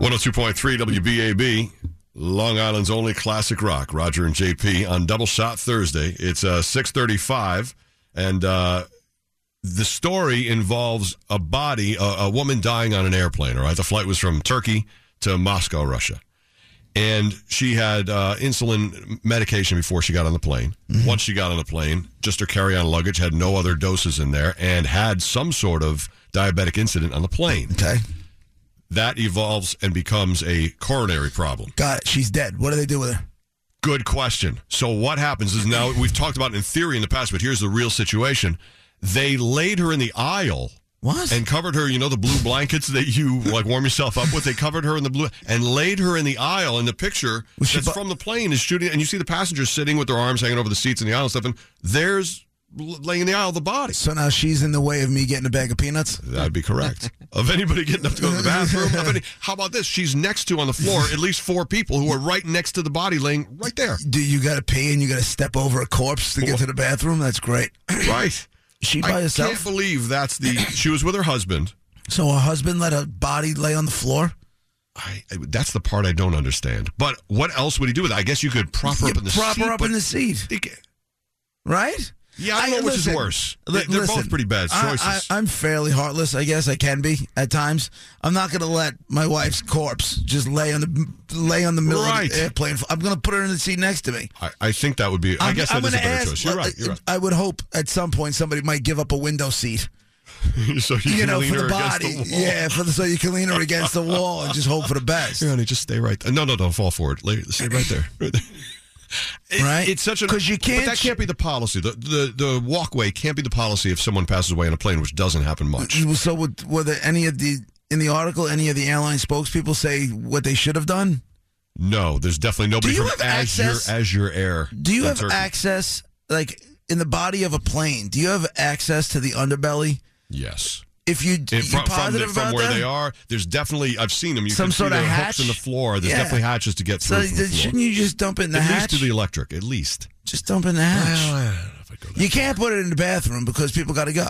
102.3 WBAB, Long Island's only classic rock. Roger and JP on Double Shot Thursday. It's uh, 635, and uh, the story involves a body, a, a woman dying on an airplane, all right? The flight was from Turkey to Moscow, Russia. And she had uh, insulin medication before she got on the plane. Once she got on the plane, just her carry on luggage had no other doses in there and had some sort of diabetic incident on the plane. Okay. That evolves and becomes a coronary problem. Got it. She's dead. What do they do with her? Good question. So what happens is now we've talked about it in theory in the past, but here's the real situation. They laid her in the aisle What? and covered her. You know the blue blankets that you like warm yourself up with. They covered her in the blue and laid her in the aisle. And the picture Was she that's bu- from the plane is shooting, and you see the passengers sitting with their arms hanging over the seats in the aisle and stuff. And there's l- laying in the aisle the body. so now she's in the way of me getting a bag of peanuts? That'd be correct. of anybody getting up to go to the bathroom. Of any, how about this? She's next to on the floor at least four people who are right next to the body, laying right there. Do you got to pee and you got to step over a corpse to get to the bathroom? That's great. Right. She by I can't herself. believe that's the. She was with her husband. So her husband let her body lay on the floor. I, I- that's the part I don't understand. But what else would he do with it? I guess you could prop her You up in the prop seat, her up but in the seat, they ca- right? Yeah, I don't know which is worse. They- they're both pretty bad I- choices. I, am fairly heartless, I guess. I can be at times. I'm not going to let my wife's corpse just lay on the lay on the middle Right. of the airplane. I'm going to put her in the seat next to me. I, I think that would be. I I'm- guess I'm that is a gonna better ask- choice. You're right. You're right. I would hope at some point somebody might give up a window seat. so you, you can know, lean for her the against body. the wall. Yeah, for the, so you can lean her against the wall and just hope for the best. Here, honey, just stay right. There. No, no, don't fall forward. Lay, stay right there. Right. there. It- Right? it's such a 'Cause you can't- But that can't be the policy. The, the the walkway can't be the policy if someone passes away in a plane, which doesn't happen much. So, would, were there any of the in the article any of the airline spokespeople say what they should have done? No, there's definitely nobody Do you from have Azure access- Azure Air. Do you in have Turkey. access, like in the body of a plane? Do you have access to the underbelly? Yes. If you And you from, from, the, positive from about where that? they are, there's definitely I've seen them. You Some can sort see of the hatch? hooks in the floor. There's Yeah. definitely hatches to get so through. from the th- floor. shouldn't you just dump it in the at hatch? least to the electric. At least. just dump it in the hatch. uh, you can't put it in the bathroom because people got to go,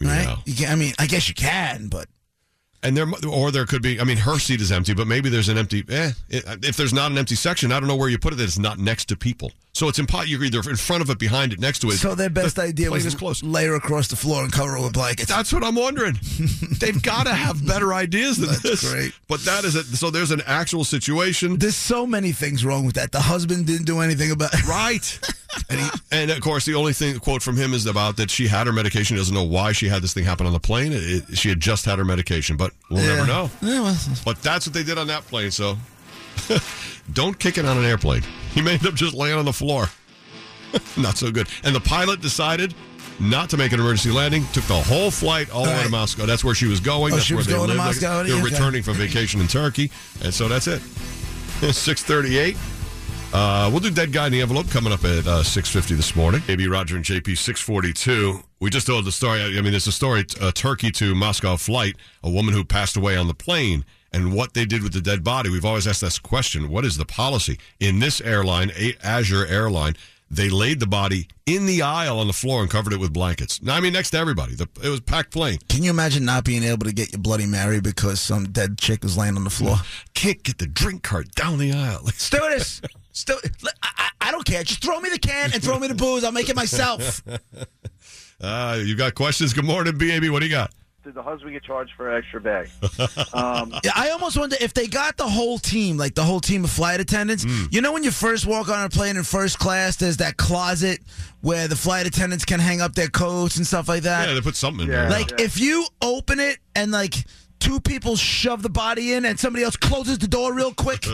right? Yeah. You can't, I mean, I guess you can, but And there, mu- or there could be. I mean, her seat is empty, but maybe there's an empty. Eh, it- if there's not an empty section, I don't know where you put it. That it's not next to people, so it's impossible. You're either in front of it, behind it, next to it. so their best idea plane was is close. lay her across the floor and cover her with blankets. That's what I'm wondering. They've got to have better ideas than That's this. great. But that is it. So there's an actual situation. There's so many things wrong with that. The husband didn't do anything about. Right. and, he, and of course, the only thing quote from him is about that she had her medication. He doesn't know why she had this thing happen on the plane. It, it- she had just had her medication, but we'll Yeah. never know. Yeah, well, But that's what they did on that plane. So don't kick it on an airplane. He may end up just laying on the floor. not so good. And the pilot decided not to make an emergency landing. Took the whole flight all the way to Right. Moscow. That's where she was going. Oh, that's she where was they going to lived. Moscow, They're okay. returning from vacation in Turkey, and so that's it. Six thirty-eight. Uh, we'll do Dead Guy in the Envelope coming up at uh, 6.50 this morning. AB Roger and JP 642. We just told the story. I I mean, it's a story, a Turkey to Moscow flight, a woman who passed away on the plane and what they did with the dead body. We've always asked this question. What is the policy? In this airline, a- Azure Airline, they laid the body in the aisle on the floor and covered it with blankets. Now, I mean, next to everybody. The, it was a packed plane. Can you imagine not being able to get your Bloody Mary because some dead chick was laying on the floor? Can't get the drink cart down the aisle. Stewardess, stew- I, I, I don't care. Just throw me the can and throw me the booze. I'll make it myself. uh, you got questions? Good morning, BAB. What do you got? did the husband get charged for an extra bag? um, Yeah, I almost wonder if they got the whole team, like the whole team of flight attendants. Hmm. You know, when you first walk on a plane in first class, there's that closet where the flight attendants can hang up their coats and stuff like that. Yeah, they put something in Yeah. there. Uh, Like if you open it and like two people shove the body in and somebody else closes the door real quick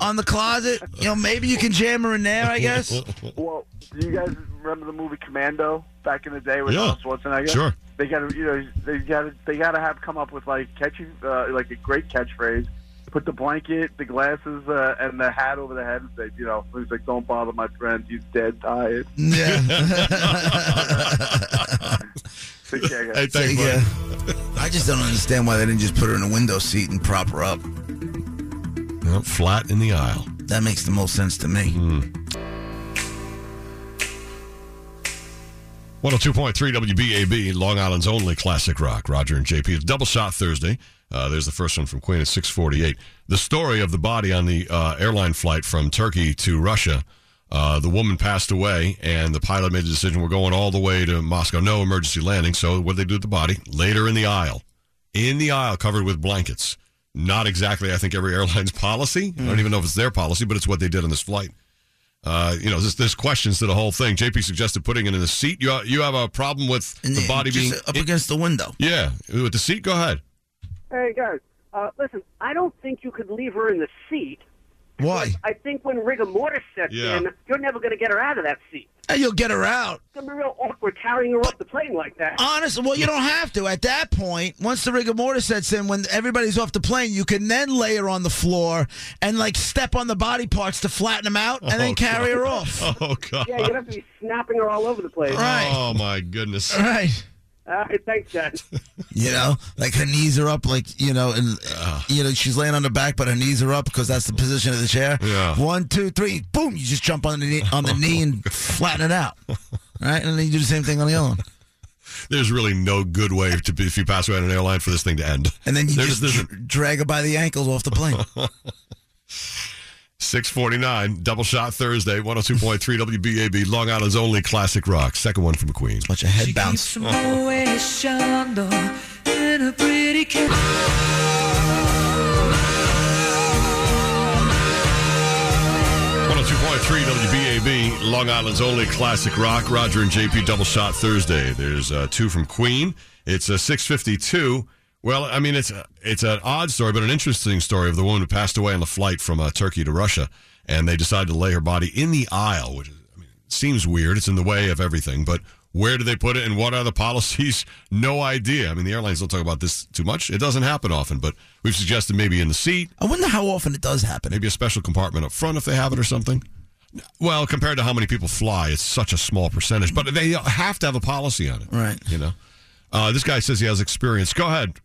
on the closet, you know, maybe you can jam her in there, I guess. well, do you guys remember the movie Commando back in the day with Yeah. Arnold Schwarzenegger? Sure. They got to, you know, they got to, they got to have come up with like catchy, uh, like a great catchphrase. Put the blanket, the glasses, uh, and the hat over the head, and say, you know, he's like, "Don't bother my friend. He's dead tired." Yeah. Take care, guys. Hey, thanks, buddy. Yeah. I just don't understand why they didn't just put her in a window seat and prop her up. Yep, flat in the aisle. That makes Hmm. the most sense to me. oh 102.3 WBAB, Long Island's only classic rock. Roger and JP. It's Double Shot Thursday. Uh, there's the first one from Queen at 648. The story of the body on the uh, airline flight from Turkey to Russia. Uh, the woman passed away, and the pilot made the decision we're going all the way to Moscow. No emergency landing. So what did they do with the body? Later in the aisle. In the aisle, covered with blankets. Not exactly, I think, every airline's policy. I Hmm. don't even know if it's their policy, but it's what they did on this flight. Uh, you know, there's, there's questions to the whole thing. JP suggested putting it in the seat. You uh, you have a problem with And the then body just being up against the window. yeah with the seat. Go ahead. Hey guys, uh, listen. I don't think you could leave her in the seat. Why? I think when rigor mortis sets Yeah. in, you're never going to get her out of that seat. Hey, you'll get her out. It's going to be real awkward carrying her up the plane like that. Honestly, well, you don't have to. At that point, once the rigor mortis sets in, when everybody's off the plane, you can then lay her on the floor and like step on the body parts to flatten them out, and Oh, then carry her off. Oh God. yeah, you'd have to be snapping her all over the place. Right. Oh my goodness. Right. All right, thanks, guys. You know, like her knees are up, like you know, and you know she's laying on her back, but her knees are up because that's the position of the chair. Yeah. One, two, three, boom! You just jump on the knee, on the knee and flatten it out. Right, and then you do the same thing on the other one, There's really no good way to be, if you pass away on an airline for this thing to end. and then you There's- just there's- dr- drag her by the ankles off the plane. 649 Double Shot Thursday 102.3 WBAB Long Island's only classic rock. Second one from Queen. Watch your head She bounce. keeps from always shined on in a pretty cap. One hundred two point three WBAB Long Island's only classic rock. Roger and JP Double Shot Thursday. There's uh, two from Queen. It's a six fifty two. Well, I mean it's a, it's an odd story, but an interesting story of the woman who passed away on the flight from uh, Turkey to Russia, and they decided to lay her body in the aisle, which is, I mean seems weird. It's in the way of everything, but where do they put it, and what are the policies? No idea. I mean the airlines don't talk about this too much. It doesn't happen often, but we've suggested maybe in the seat, I wonder how often it does happen. maybe a special compartment up front if they have it or something. Well, compared to how many people fly, it's such a small percentage, but they have to have a policy on it, Right. You know, uh, this guy says he has experience. Go ahead.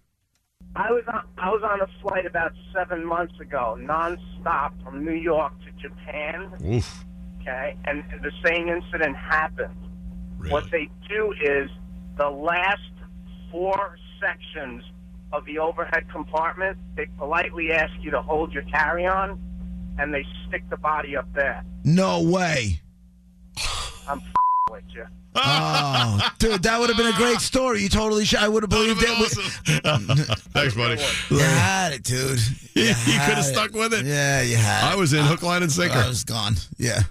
I was on, I was on a flight about seven months ago, nonstop from New York to Japan. Oof, Okay, and the same incident happened. really? What they do is the last four sections of the overhead compartment, they politely ask you to hold your carry-on, and they stick the body up there. No way. I'm f- with you. Oh, dude, that would have been a great story. You totally should. I would have believed it. Thanks, buddy. You had it, dude. You, You had coulda stuck with it. Yeah, you had I it. was in hook, line, and sinker. I was gone. Yeah.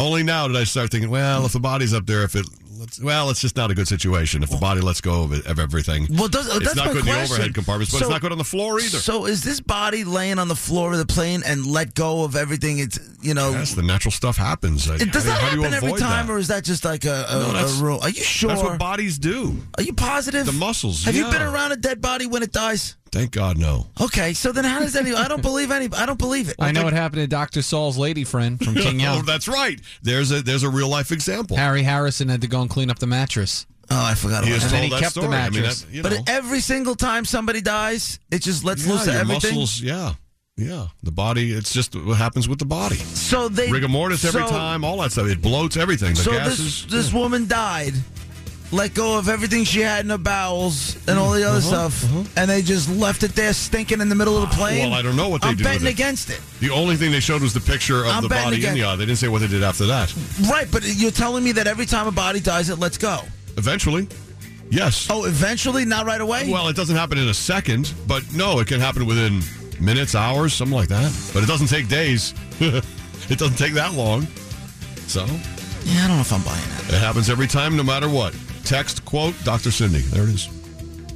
Only now did I start thinking. Well, if the body's up there, if it, let's, well, it's just not a good situation. If the body lets go of, it, of everything, Well, does, it's that's not my good in the question. overhead compartments, but So- it's not good on the floor either. So is this body laying on the floor of the plane and let go of everything? It's you know, yes, the natural stuff happens. I- it, does how that do you happen every avoid time, that? or is that just like a, a, No, a that's- rule? Are you sure? That's what bodies do. Are you positive? The muscles, Have yeah. you been around a dead body when it dies? Thank God, no. Okay, so then how does any? I don't believe any. I don't believe it. I know it happened to Dr. Saul's lady friend from King Oh, Young. that's right. There's a there's a real life example. Harry Harrison had to go and clean up the mattress. Oh, I forgot. He has About And that. then told he that kept the story. I mean, mattress. that, you But know, every single time somebody dies, it just lets yeah, loose your everything. muscles. Yeah, yeah. The body. It's just what happens with the body. So they Rigor mortis every so- time. All that stuff. It bloats everything. The so gases. this this woman died, let go of everything she had in her bowels and all the other Uh-huh, stuff, and they just left it there stinking in the middle of the plane. Ah, Well, I don't know what they I'm do with betting it. against it. the only thing they showed was the picture of I'm the betting body in again- the eye. They didn't say what they did after that. Right, but you're telling me that every time a body dies, it lets go. Eventually, yes. Oh, eventually, not right away. Well, it doesn't happen in a second, but no, it can happen within minutes, hours, something like that. But it doesn't take days. it doesn't take that long. So yeah, I don't know if I'm buying that. It happens every time, no matter what. Text, quote, Dr. Cindy. There it is.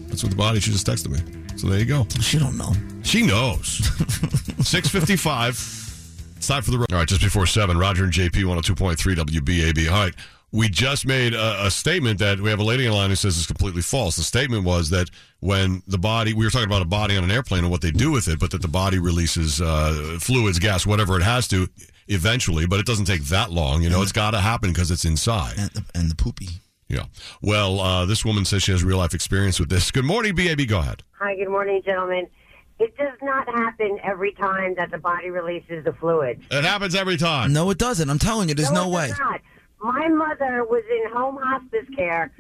That's what the body, she just texted me. So there you go. She don't know. She knows. 655. It's time for the... All right, just before 7, Roger and JP, 102.3 WBAB. All right, we just made a, a statement that we have a lady in line who says it's completely false. The statement was that when the body... We were talking about a body on an airplane and what they do with it, but that the body releases uh, fluids, gas, whatever it has to eventually, but it doesn't take that long. You know, it's got to happen because it's inside. And the, and the poopy. Yeah. Well, uh, this woman says she has real life experience with this. Good morning, BAB. Go ahead. Hi, good morning, gentlemen. It does not happen every time that the body releases the fluid. It happens every time. No, it doesn't. I'm telling you, there's no, it way. does not. My mother was in home hospice care.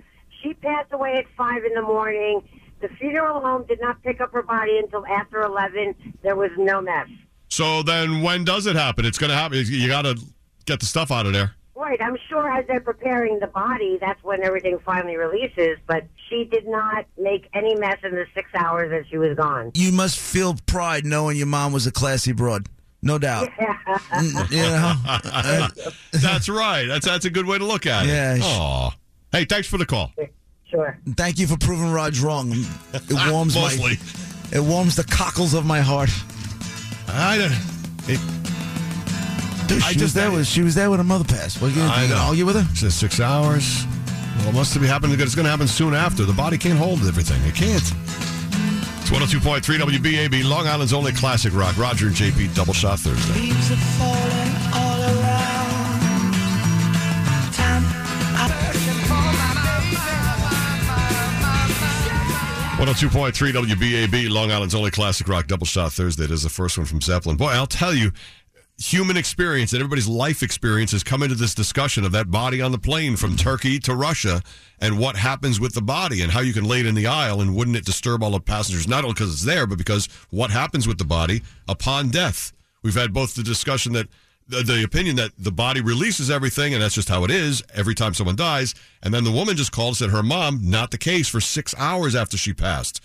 She passed away at five in the morning. The funeral home did not pick up her body until after eleven. There was no mess. So then when does it happen? It's going to happen. You got to get the stuff out of there. Right, I'm sure as they're preparing the body, that's when everything finally releases. But she did not make any mess in the six hours that she was gone. You must feel pride knowing your mom was a classy broad. No doubt. Mm, you know? That's right. That's that's a good way to look at it. Yeah. Aw. Hey, thanks for the call. Sure. Thank you for proving Raj wrong. It warms my Mostly. it warms the cockles of my heart. I don't. It, Dude, I she was just- there with she was there with her mother passed. What you gonna, I do? You gonna know. argue with her? It says six hours. Well, it must be happening. It's going to happen soon after. The body can't hold everything. It can't. It's 102.3 WBAB, Long Island's only classic rock. Roger and JP, Double Shot Thursday. Leaves are falling all around. Time I 102.3 WBAB, Long Island's only classic rock. Double Shot Thursday. It is the first one from Zeppelin. Boy, I'll tell you, human experience and everybody's life experience has come into this discussion of that body on the plane from Turkey to Russia and what happens with the body and how you can lay it in the aisle and wouldn't it disturb all the passengers, not only because it's there, but because what happens with the body upon death. We've had both the discussion that the, the opinion that the body releases everything and that's just how it is every time someone dies. And then the woman just called and said her mom, not the case for six hours after she passed.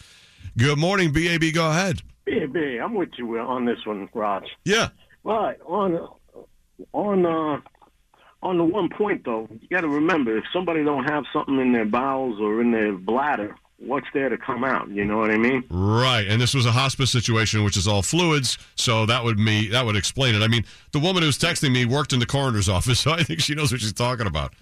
Good morning, BAB. Go ahead. BAB, I'm with you on this one, Raj. Yeah. But on on uh, on the one point though, you got to remember if somebody don't have something in their bowels or in their bladder, what's there to come out? You know what I mean? Right, and this was a hospice situation, which is all fluids, so that would me that would explain it. I mean, the woman who's texting me worked in the coroner's office, so I think she knows what she's talking about.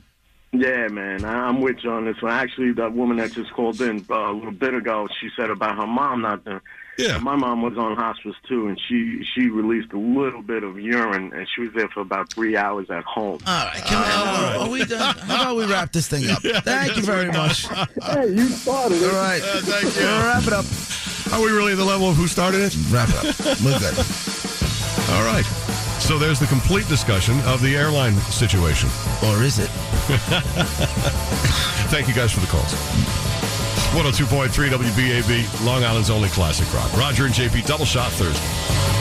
Yeah, man, I- I'm with you on this one. Actually, that woman that just called in uh, a little bit ago, she said about her mom not there. Yeah. My mom was on hospice too, and she she released a little bit of urine, and she was there for about three hours at home. All right, can we, Are we done? How about we wrap this thing up? Thank you very much. All hey, you started it. right, thank you. wrap it up. Are we really at the level of who started it? Wrap it up. We're good. All right. So there's the complete discussion of the airline situation. Or is it? Thank you guys for the calls. 102.3 WBAB, Long Island's only classic rock. Roger and JP, double shot Thursday.